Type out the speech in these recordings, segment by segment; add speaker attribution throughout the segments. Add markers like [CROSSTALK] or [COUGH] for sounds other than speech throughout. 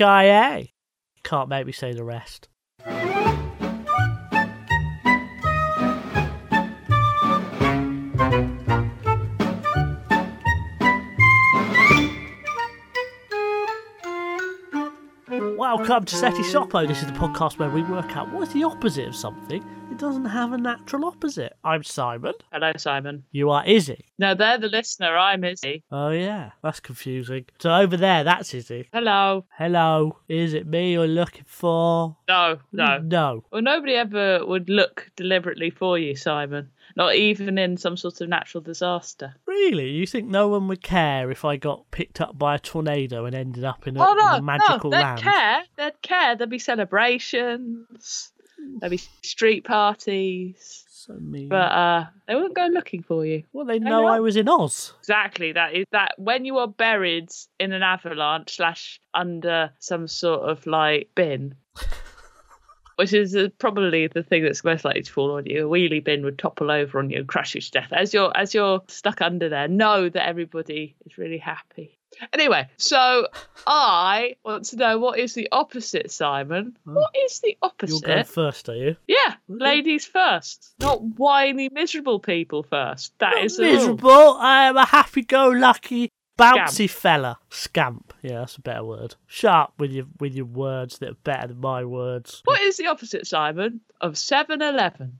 Speaker 1: Yippee-ki-yay. Can't make me say the rest. Welcome to Seti Sopo. This is the podcast where we work out what is the opposite of something that doesn't have a natural opposite. I'm Simon.
Speaker 2: Hello, Simon.
Speaker 1: You are Izzy.
Speaker 2: No, they're the listener. I'm Izzy.
Speaker 1: Oh, yeah. That's confusing. So over there, that's Izzy.
Speaker 2: Hello.
Speaker 1: Hello. Is it me you're looking for?
Speaker 2: No, no.
Speaker 1: No.
Speaker 2: Well, nobody ever would look deliberately for you, Simon. Not even in some sort of natural disaster.
Speaker 1: Really? You think no one would care if I got picked up by a tornado and ended up in a,
Speaker 2: oh
Speaker 1: in
Speaker 2: no,
Speaker 1: a magical
Speaker 2: no, they'd
Speaker 1: land?
Speaker 2: care. They'd care. There'd be celebrations. There'd be street parties.
Speaker 1: So mean.
Speaker 2: But uh, they wouldn't go looking for you.
Speaker 1: well, they
Speaker 2: I
Speaker 1: know
Speaker 2: know.
Speaker 1: I was in Oz.
Speaker 2: Exactly. That is that when you are buried in an avalanche slash under some sort of like
Speaker 1: [LAUGHS]
Speaker 2: bin, which is uh, probably the thing that's most likely to fall on you. A wheelie bin would topple over on you and crash you to death. As you're as you're stuck under there, know that everybody is really happy. Anyway, so I want to know what is the opposite, Simon? What is the
Speaker 1: Oh. You're going
Speaker 2: opposite?
Speaker 1: first, are you?
Speaker 2: Yeah, ladies first, not whiny miserable people first. That is the rule.
Speaker 1: miserable. I am a happy-go-lucky, bouncy fella. Scamp. Yeah, that's a better word. Sharp with your with your words that are better than my words.
Speaker 2: What is the opposite, Simon, of 7-Eleven?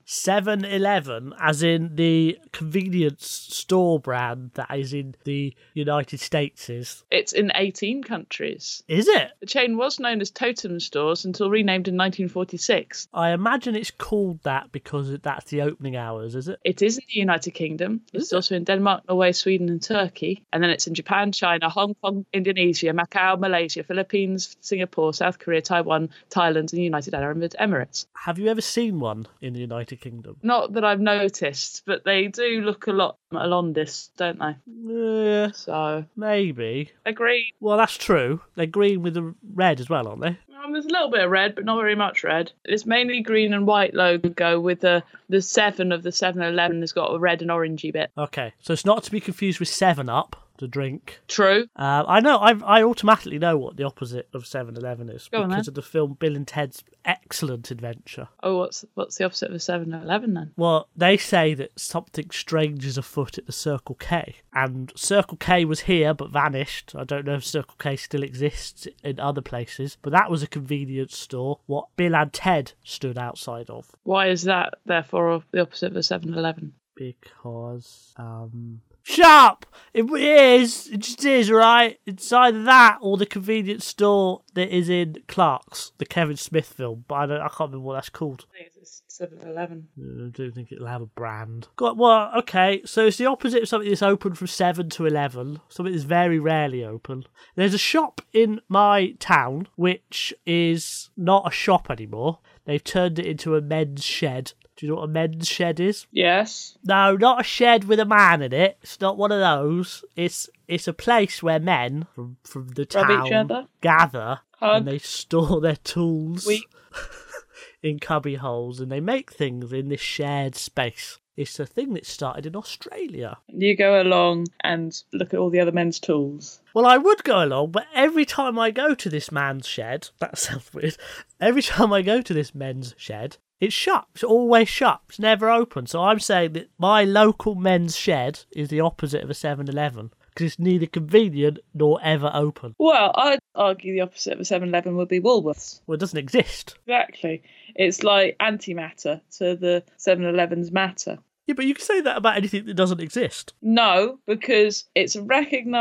Speaker 1: 7-Eleven, as in the convenience store brand that is in the United States, is
Speaker 2: It's in 18 countries.
Speaker 1: is it?
Speaker 2: The chain was known as Totem Stores until renamed in 1946.
Speaker 1: I imagine it's called that because it- that's the opening hours, is it?
Speaker 2: It is in the United Kingdom. It's also in Denmark, Norway, Sweden, and Turkey. And then it's in Japan, China, Hong Kong, Indonesia, Macau, Malaysia, Philippines, Singapore, South Korea, Taiwan, Thailand, and the United Arab Emirates.
Speaker 1: Have you ever seen one in the United Kingdom?
Speaker 2: Not that I've noticed, but they do look a lot Alondis, don't they?
Speaker 1: Yeah,
Speaker 2: So,
Speaker 1: maybe.
Speaker 2: agreed.
Speaker 1: Well, that's true. They're green with the red as well, aren't they?
Speaker 2: Um, there's a little bit of red, but not very much red. It's mainly green and white logo with the the seven of the 7-Eleven has got a red and orangey bit.
Speaker 1: Okay, so it's not to be confused with Seven Up, the drink.
Speaker 2: True.
Speaker 1: Um, I know. I I automatically know what the opposite of 7-Eleven is
Speaker 2: Go on,
Speaker 1: because
Speaker 2: then.
Speaker 1: of the film Bill and Ted's Excellent Adventure.
Speaker 2: Oh, what's what's the opposite of a 7-Eleven then?
Speaker 1: Well, they say that something strange is afoot at the Circle K, and Circle K was here but vanished. I don't know if Circle K still exists in other places, but that was a convenience store. What Bill and Ted stood outside of
Speaker 2: Why is that therefore the opposite of a 7-Eleven?
Speaker 1: because um sharp it is it just is right it's either that or the convenience store that is in clark's the kevin smith film but i don't i can't remember what that's called
Speaker 2: I think it's 7-Eleven.
Speaker 1: Uh, i don't think it'll have a brand got well okay so it's the opposite of something that's open from 7 to 11 something that's very rarely open there's a shop in my town which is not a shop anymore they've turned it into a men's shed do you know what a men's shed is
Speaker 2: Yes.
Speaker 1: no, not a shed with a man in it. It's not one of those. It's it's a place where men from, from the
Speaker 2: Rub
Speaker 1: town
Speaker 2: each other.
Speaker 1: gather
Speaker 2: Hug.
Speaker 1: and they store their tools
Speaker 2: Weep.
Speaker 1: in cubby holes and they make things in this shared space. It's a thing that started in Australia.
Speaker 2: You go along and look at all the other men's tools.
Speaker 1: Well, I would go along, but every time I go to this man's shed, [LAUGHS] that sounds weird. Every time I go to this men's shed, it's shut. It's always shut. It's never open. So I'm saying that my local men's shed is the opposite of a 7 Eleven because it's neither convenient nor ever open.
Speaker 2: Well, I'd argue the opposite of a 7-Eleven would be Woolworths.
Speaker 1: Well, it doesn't exist.
Speaker 2: Exactly. It's like antimatter to the 7-Eleven's matter.
Speaker 1: Yeah, but you can say that about anything that doesn't exist.
Speaker 2: No, because it's a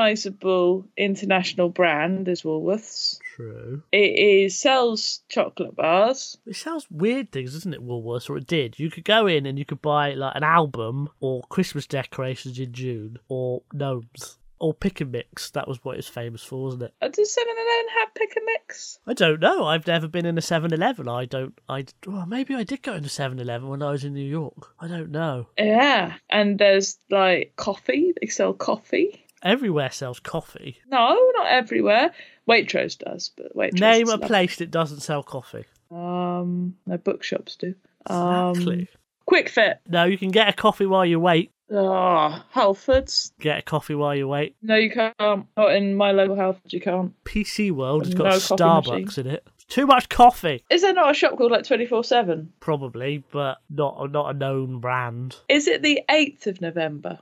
Speaker 2: recognisable international brand as Woolworths.
Speaker 1: True.
Speaker 2: It is sells chocolate bars.
Speaker 1: It sells weird things, doesn't it, Woolworths? Or it did. You could go in and you could buy like an album or Christmas decorations in June or gnomes or pick and mix. That was what it's famous for, wasn't it?
Speaker 2: Uh, Does 7 Eleven have pick and mix?
Speaker 1: I don't know. I've never been in a 7-Eleven. I don't. I well, maybe I did go into 7-Eleven when I was in New York. I don't know.
Speaker 2: Yeah. And there's like coffee. They sell coffee.
Speaker 1: Everywhere sells coffee.
Speaker 2: No, not everywhere. Waitrose does, but Waitrose.
Speaker 1: Name
Speaker 2: is
Speaker 1: a
Speaker 2: lo-
Speaker 1: place that doesn't sell coffee.
Speaker 2: Um, no, bookshops do. Um,
Speaker 1: Exactly.
Speaker 2: Quick Fit.
Speaker 1: No, you can get a coffee while you wait.
Speaker 2: Oh, Halfords.
Speaker 1: Get a coffee while you wait.
Speaker 2: No, you can't. Not in my local Halford, you can't.
Speaker 1: PC World has
Speaker 2: No
Speaker 1: got a
Speaker 2: coffee
Speaker 1: Starbucks in it. Too much coffee,
Speaker 2: Is there not a shop called like 24 7?
Speaker 1: probably, but not not a known brand. [LAUGHS]
Speaker 2: Is it the 8th of November?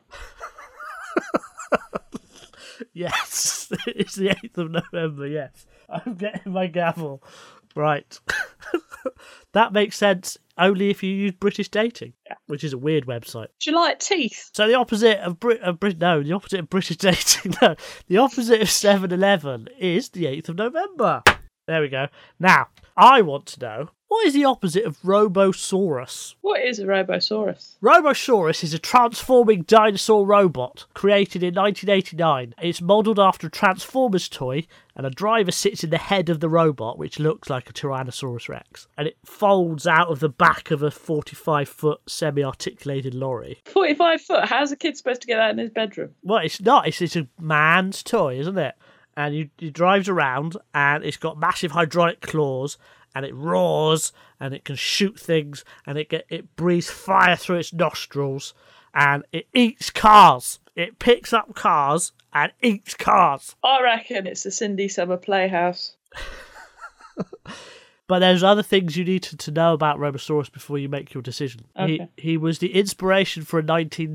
Speaker 1: Yes, [LAUGHS] it's the 8th of November, yes. I'm getting my gavel. Right. [LAUGHS] that makes sense only if you use British dating, which is a weird website.
Speaker 2: July teeth.
Speaker 1: So the opposite of Brit of Brit no, the opposite of British [LAUGHS] dating no, the opposite of 7-Eleven is the 8th of November. There we go. Now, I want to know what is the opposite of Robosaurus?
Speaker 2: What is a Robosaurus?
Speaker 1: Robosaurus is a transforming dinosaur robot created in 1989. It's modelled after a Transformers toy, and a driver sits in the head of the robot, which looks like a Tyrannosaurus Rex, and it folds out of the back of a 45 foot semi articulated lorry.
Speaker 2: 45 foot. How's a kid supposed to get that in his bedroom?
Speaker 1: Well, it's not, it's, it's a man's toy, isn't it? And you, it drives around, and it's got massive hydraulic claws. And it roars, and it can shoot things, and it get, it breathes fire through its nostrils, and it eats cars. It picks up cars and eats cars.
Speaker 2: I reckon it's the Cindy Summer Playhouse.
Speaker 1: But there's other things you need to, to know about Robosaurus before you make your decision.
Speaker 2: Okay.
Speaker 1: He, he was the inspiration for a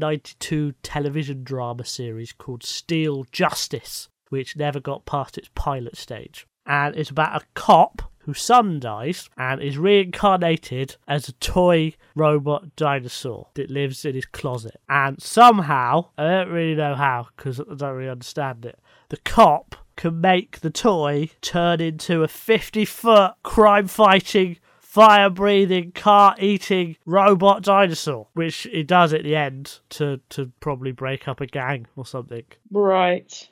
Speaker 1: 1992 television drama series called Steel Justice, which never got past its pilot stage. And it's about a cop whose son dies and is reincarnated as a toy robot dinosaur that lives in his closet. And somehow, I don't really know how because I don't really understand it, the cop can make the toy turn into a 50 foot crime fighting fire breathing, car eating robot dinosaur, which it does at the end to, to probably break up a gang or something. [LAUGHS]
Speaker 2: Right.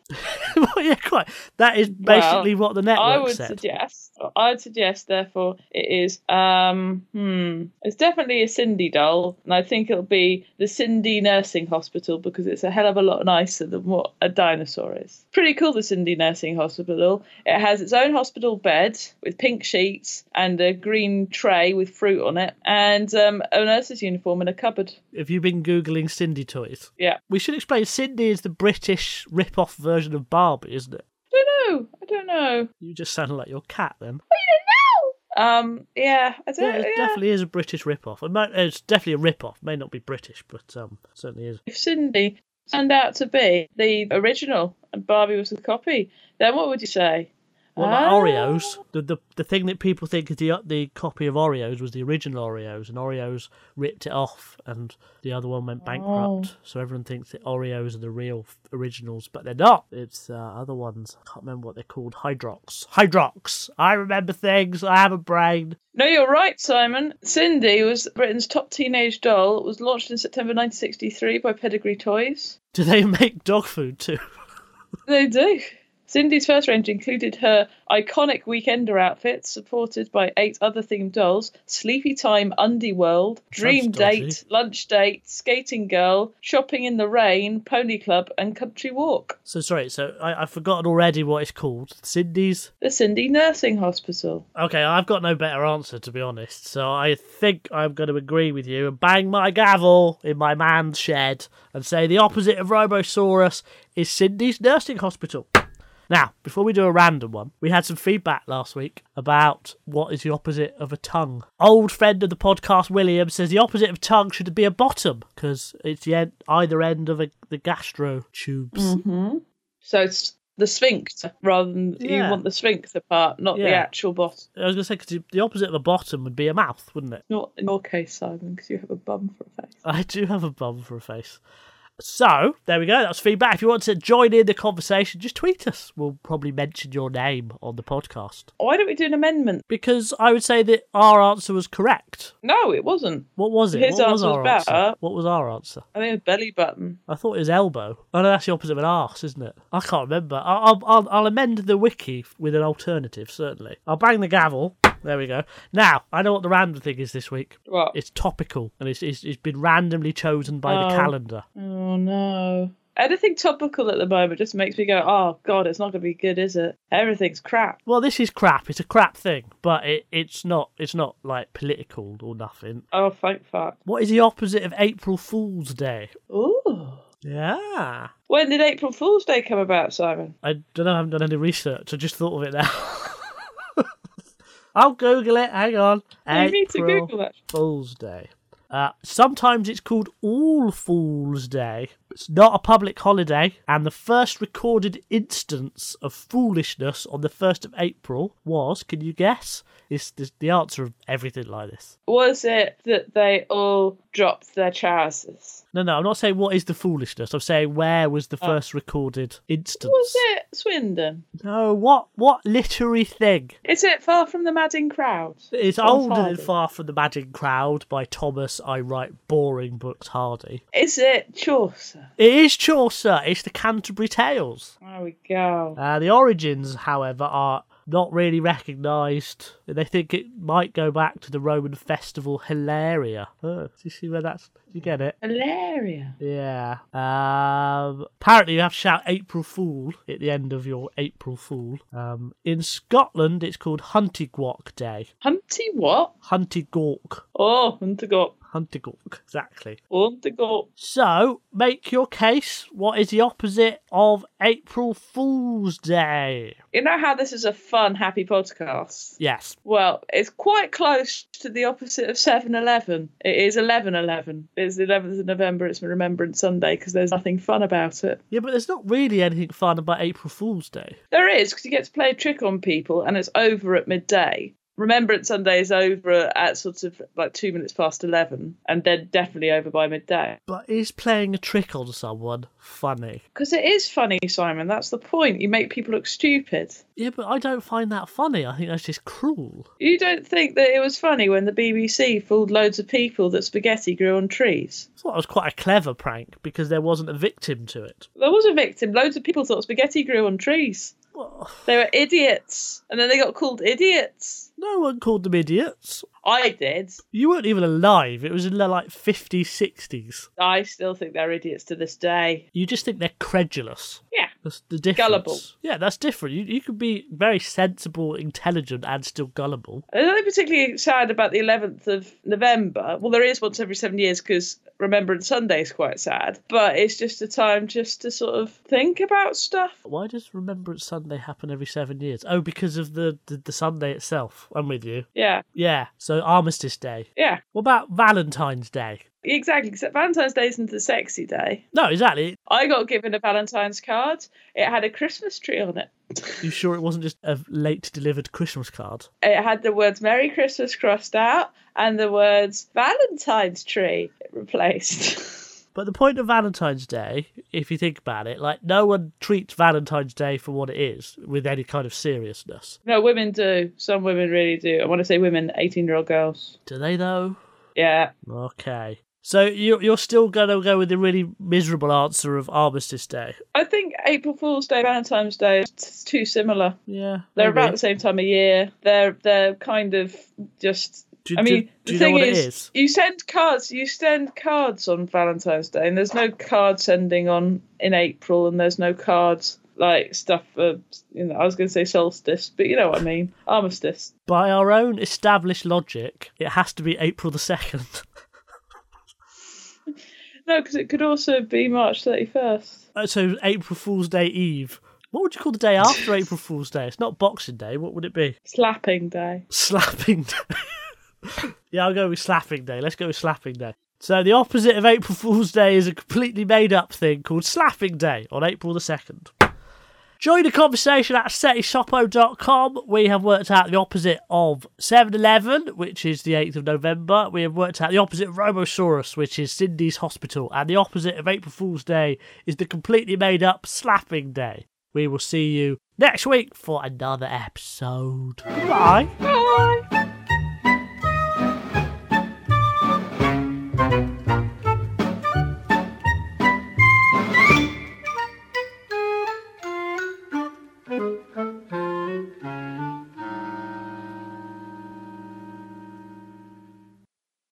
Speaker 1: well, yeah, quite. That is basically what the network
Speaker 2: I would
Speaker 1: said.
Speaker 2: suggest. I'd suggest, therefore, it is. Um, hmm. It's definitely a Cindy doll, and I think it'll be the Cindy Nursing Hospital because it's a hell of a lot nicer than what a dinosaur is. Pretty cool, the Cindy Nursing Hospital. It has its own hospital bed with pink sheets and a green tray with fruit on it, and um, a nurse's uniform and a cupboard.
Speaker 1: Have you been googling Cindy toys?
Speaker 2: Yeah.
Speaker 1: We should explain. Cindy is the British rip-off version of Barbie, isn't it?
Speaker 2: I don't know. I don't know.
Speaker 1: You just sounded like your cat then.
Speaker 2: Um. Yeah. I don't.
Speaker 1: Yeah, it
Speaker 2: yeah.
Speaker 1: definitely is a British rip-off. It might, it's definitely a rip-off. May not be British, but um, certainly is.
Speaker 2: if Cindy turned out to be the original and Barbie was the copy, then what would you say?
Speaker 1: Well, like
Speaker 2: Ah.
Speaker 1: Oreos, the, the the thing that people think is the the copy of Oreos was the original Oreos, and Oreos ripped it off, and the other one went bankrupt. So everyone thinks that Oreos are the real f- originals, but they're not. It's uh, other ones. I can't remember what they're called. Hydrox. Hydrox. I remember things. I have a brain.
Speaker 2: No, you're right, Simon. Cindy was Britain's top teenage doll. It was launched in September 1963 by Pedigree Toys.
Speaker 1: Do they [LAUGHS] make dog food too?
Speaker 2: They do. Cindy's first range included her iconic weekender outfit, supported by eight other themed dolls Sleepy Time, Undie World, Dream
Speaker 1: Sounds dodgy.
Speaker 2: Date, Lunch Date, Skating Girl, Shopping in the Rain, Pony Club, and Country Walk.
Speaker 1: So sorry. So I, I've forgotten already what it's called. Cindy's.
Speaker 2: The Cindy Nursing Hospital.
Speaker 1: Okay, I've got no better answer to be honest, so I think I'm going to agree with you and bang my gavel in my man's shed and say the opposite of Robosaurus is Cindy's nursing hospital. Now, before we do a random one, we had some feedback last week about what is the opposite of a tongue. Old friend of the podcast, William, says the opposite of tongue should be a bottom because it's the end, either end of a, the gastro tubes.
Speaker 2: So it's the sphincter rather than
Speaker 1: Yeah.
Speaker 2: you want the sphincter part, not
Speaker 1: Yeah.
Speaker 2: the actual bottom.
Speaker 1: I was going to say, because the opposite of a bottom would be a mouth, wouldn't it?
Speaker 2: Not in your case, Simon, because you have a bum for a face.
Speaker 1: I do have a bum for a face. So there we go. That's feedback. If you want to join in the conversation, just tweet us. We'll probably mention your name on the podcast
Speaker 2: Why don't we do an amendment?
Speaker 1: because I would say that our answer was correct.
Speaker 2: No, it wasn't.
Speaker 1: What was it?
Speaker 2: His
Speaker 1: what was
Speaker 2: answer
Speaker 1: our
Speaker 2: was better.
Speaker 1: answer? What was our answer?
Speaker 2: I mean, a belly button.
Speaker 1: I thought it was elbow. Oh no, that's the opposite of an arse, isn't it? I can't remember. I- I'll, I'll, I'll amend the wiki with an alternative. Certainly, I'll bang the gavel. There we go. Now I know what the random thing is this week.
Speaker 2: What?
Speaker 1: It's topical and it's it's, it's been randomly chosen by the
Speaker 2: Oh.
Speaker 1: calendar.
Speaker 2: Oh no. Anything topical at the moment just makes me go, oh god, it's not going to be good, is it? Everything's crap.
Speaker 1: Well, this is crap. It's a crap thing, but it, it's not. It's not like political or nothing.
Speaker 2: Oh, thank fuck.
Speaker 1: What is the opposite of April Fool's Day?
Speaker 2: Ooh.
Speaker 1: Yeah,
Speaker 2: When did April Fool's Day come about, Simon?
Speaker 1: I don't know. I haven't done any research. I just thought of it now. [LAUGHS] I'll Google it. Hang on.
Speaker 2: You need to
Speaker 1: April
Speaker 2: Google that.
Speaker 1: Fool's Day. Uh, sometimes it's called All Fool's Day. It's not a public holiday, and the first recorded instance of foolishness on the 1st of April was, can you guess? It's, it's the answer of everything like this.
Speaker 2: Was it that they all dropped their trousers?
Speaker 1: No, no, I'm not saying what is the foolishness. I'm saying where was the first recorded instance.
Speaker 2: Uh, Was it Swindon?
Speaker 1: No, what what literary thing?
Speaker 2: Is it Far From the Madding Crowd?
Speaker 1: It's
Speaker 2: Tom
Speaker 1: older than
Speaker 2: Hardy.
Speaker 1: Far From the Madding Crowd by Thomas I Write Boring Books Hardy.
Speaker 2: Is it Chaucer?
Speaker 1: It is Chaucer. It's the Canterbury Tales.
Speaker 2: There we go.
Speaker 1: Uh, the origins, however, are not really recognised. They think it might go back to the Roman festival Hilaria. Uh, do you see where that's? Do you get it?
Speaker 2: Hilaria.
Speaker 1: Yeah. Um, apparently, you have to shout April Fool at the end of your April Fool. Um, in Scotland, it's called Huntigwalk Day.
Speaker 2: Humpty what?
Speaker 1: Huntigawk.
Speaker 2: Oh, Huntergop.
Speaker 1: Huntigawk, exactly.
Speaker 2: Huntergop.
Speaker 1: So, make your case. What is the opposite of April Fool's Day?
Speaker 2: You know how this is a fun, happy podcast?
Speaker 1: Yes,
Speaker 2: Well, it's quite close to the opposite of 7 Eleven. It is 11 11. It's the 11th of November, it's Remembrance Sunday because there's nothing fun about it.
Speaker 1: Yeah, but there's not really anything fun about April Fool's Day.
Speaker 2: There is, because you get to play a trick on people and it's over at midday. Remembrance Sunday is over at sort of like two minutes past 11 and then definitely over by midday.
Speaker 1: But is playing a trick on someone funny?
Speaker 2: Because it is funny, Simon. That's the point. You make people look stupid.
Speaker 1: Yeah, but I don't find that funny. I think that's just cruel.
Speaker 2: You don't think that it was funny when the BBC fooled loads of people that spaghetti grew on trees?
Speaker 1: I thought it was quite a clever prank because there wasn't a victim to it.
Speaker 2: There was a victim. Loads of people thought spaghetti grew on trees.
Speaker 1: Well,
Speaker 2: They were idiots. And then they got called idiots.
Speaker 1: no one called them idiots.
Speaker 2: I did.
Speaker 1: You weren't even alive. It was in the like 50s, 60s.
Speaker 2: I still think they're idiots to this day.
Speaker 1: You just think they're credulous.
Speaker 2: Yeah.
Speaker 1: That's the difference.
Speaker 2: Gullible.
Speaker 1: Yeah, that's different. You, you could be very sensible, intelligent, and still gullible.
Speaker 2: I'm not particularly sad about the 11th of November. Well, there is once every seven years because Remembrance Sunday is quite sad. But it's just a time just to sort of think about stuff.
Speaker 1: Why does Remembrance Sunday happen every seven years? Oh, because of the, the, the Sunday itself. I'm with you.
Speaker 2: Yeah,
Speaker 1: Yeah, so Armistice Day.
Speaker 2: yeah,
Speaker 1: What about Valentine's Day?
Speaker 2: exactly. Except Valentine's Day isn't a sexy day.
Speaker 1: No, exactly.
Speaker 2: I got given a Valentine's card. It had a Christmas tree on it.
Speaker 1: You sure it wasn't just a late delivered Christmas card?
Speaker 2: It had the words Merry Christmas crossed out and the words Valentine's tree replaced. [LAUGHS]
Speaker 1: But the point of Valentine's Day, if you think about it, like no one treats Valentine's Day for what it is with any kind of seriousness.
Speaker 2: no, women do. Some women really do. I want to say women, 18 year old girls.
Speaker 1: Do they though?
Speaker 2: Yeah.
Speaker 1: Okay. So you you're still gonna go with the really miserable answer of Armistice Day.
Speaker 2: I think April Fool's Day, Valentine's Day, it's too similar.
Speaker 1: Yeah.
Speaker 2: They're
Speaker 1: maybe.
Speaker 2: about the same time of year. They're they're kind of just.
Speaker 1: Do-
Speaker 2: I
Speaker 1: do-
Speaker 2: mean,
Speaker 1: do
Speaker 2: the
Speaker 1: you know
Speaker 2: thing
Speaker 1: what it
Speaker 2: is,
Speaker 1: is?
Speaker 2: you send cards. You send cards on Valentine's Day, and there's no card sending on in April, and there's no cards like stuff. For, you know, I was going to say solstice, but you know what I mean, armistice.
Speaker 1: By our own established logic, it has to be April the second. [LAUGHS]
Speaker 2: No, because it could also be March thirty first.
Speaker 1: Uh, so April Fool's Day Eve. What would you call the day after April Fool's Day? It's not Boxing Day. What would it be?
Speaker 2: Slapping day.
Speaker 1: Slapping [LAUGHS] Day. yeah, I'll go with Slapping Day. Let's go with Slapping Day. So the opposite of April Fool's Day is a completely made-up thing called Slapping Day on April the second. Join the conversation at SetiShopo.com. We have worked out the opposite of 7 Eleven, which is the 8th of November. We have worked out the opposite of Robosaurus, which is Cindy's Hospital. And the opposite of April Fool's Day is the completely made up Slapping Day. We will see you next week for another episode. Bye.
Speaker 2: Bye.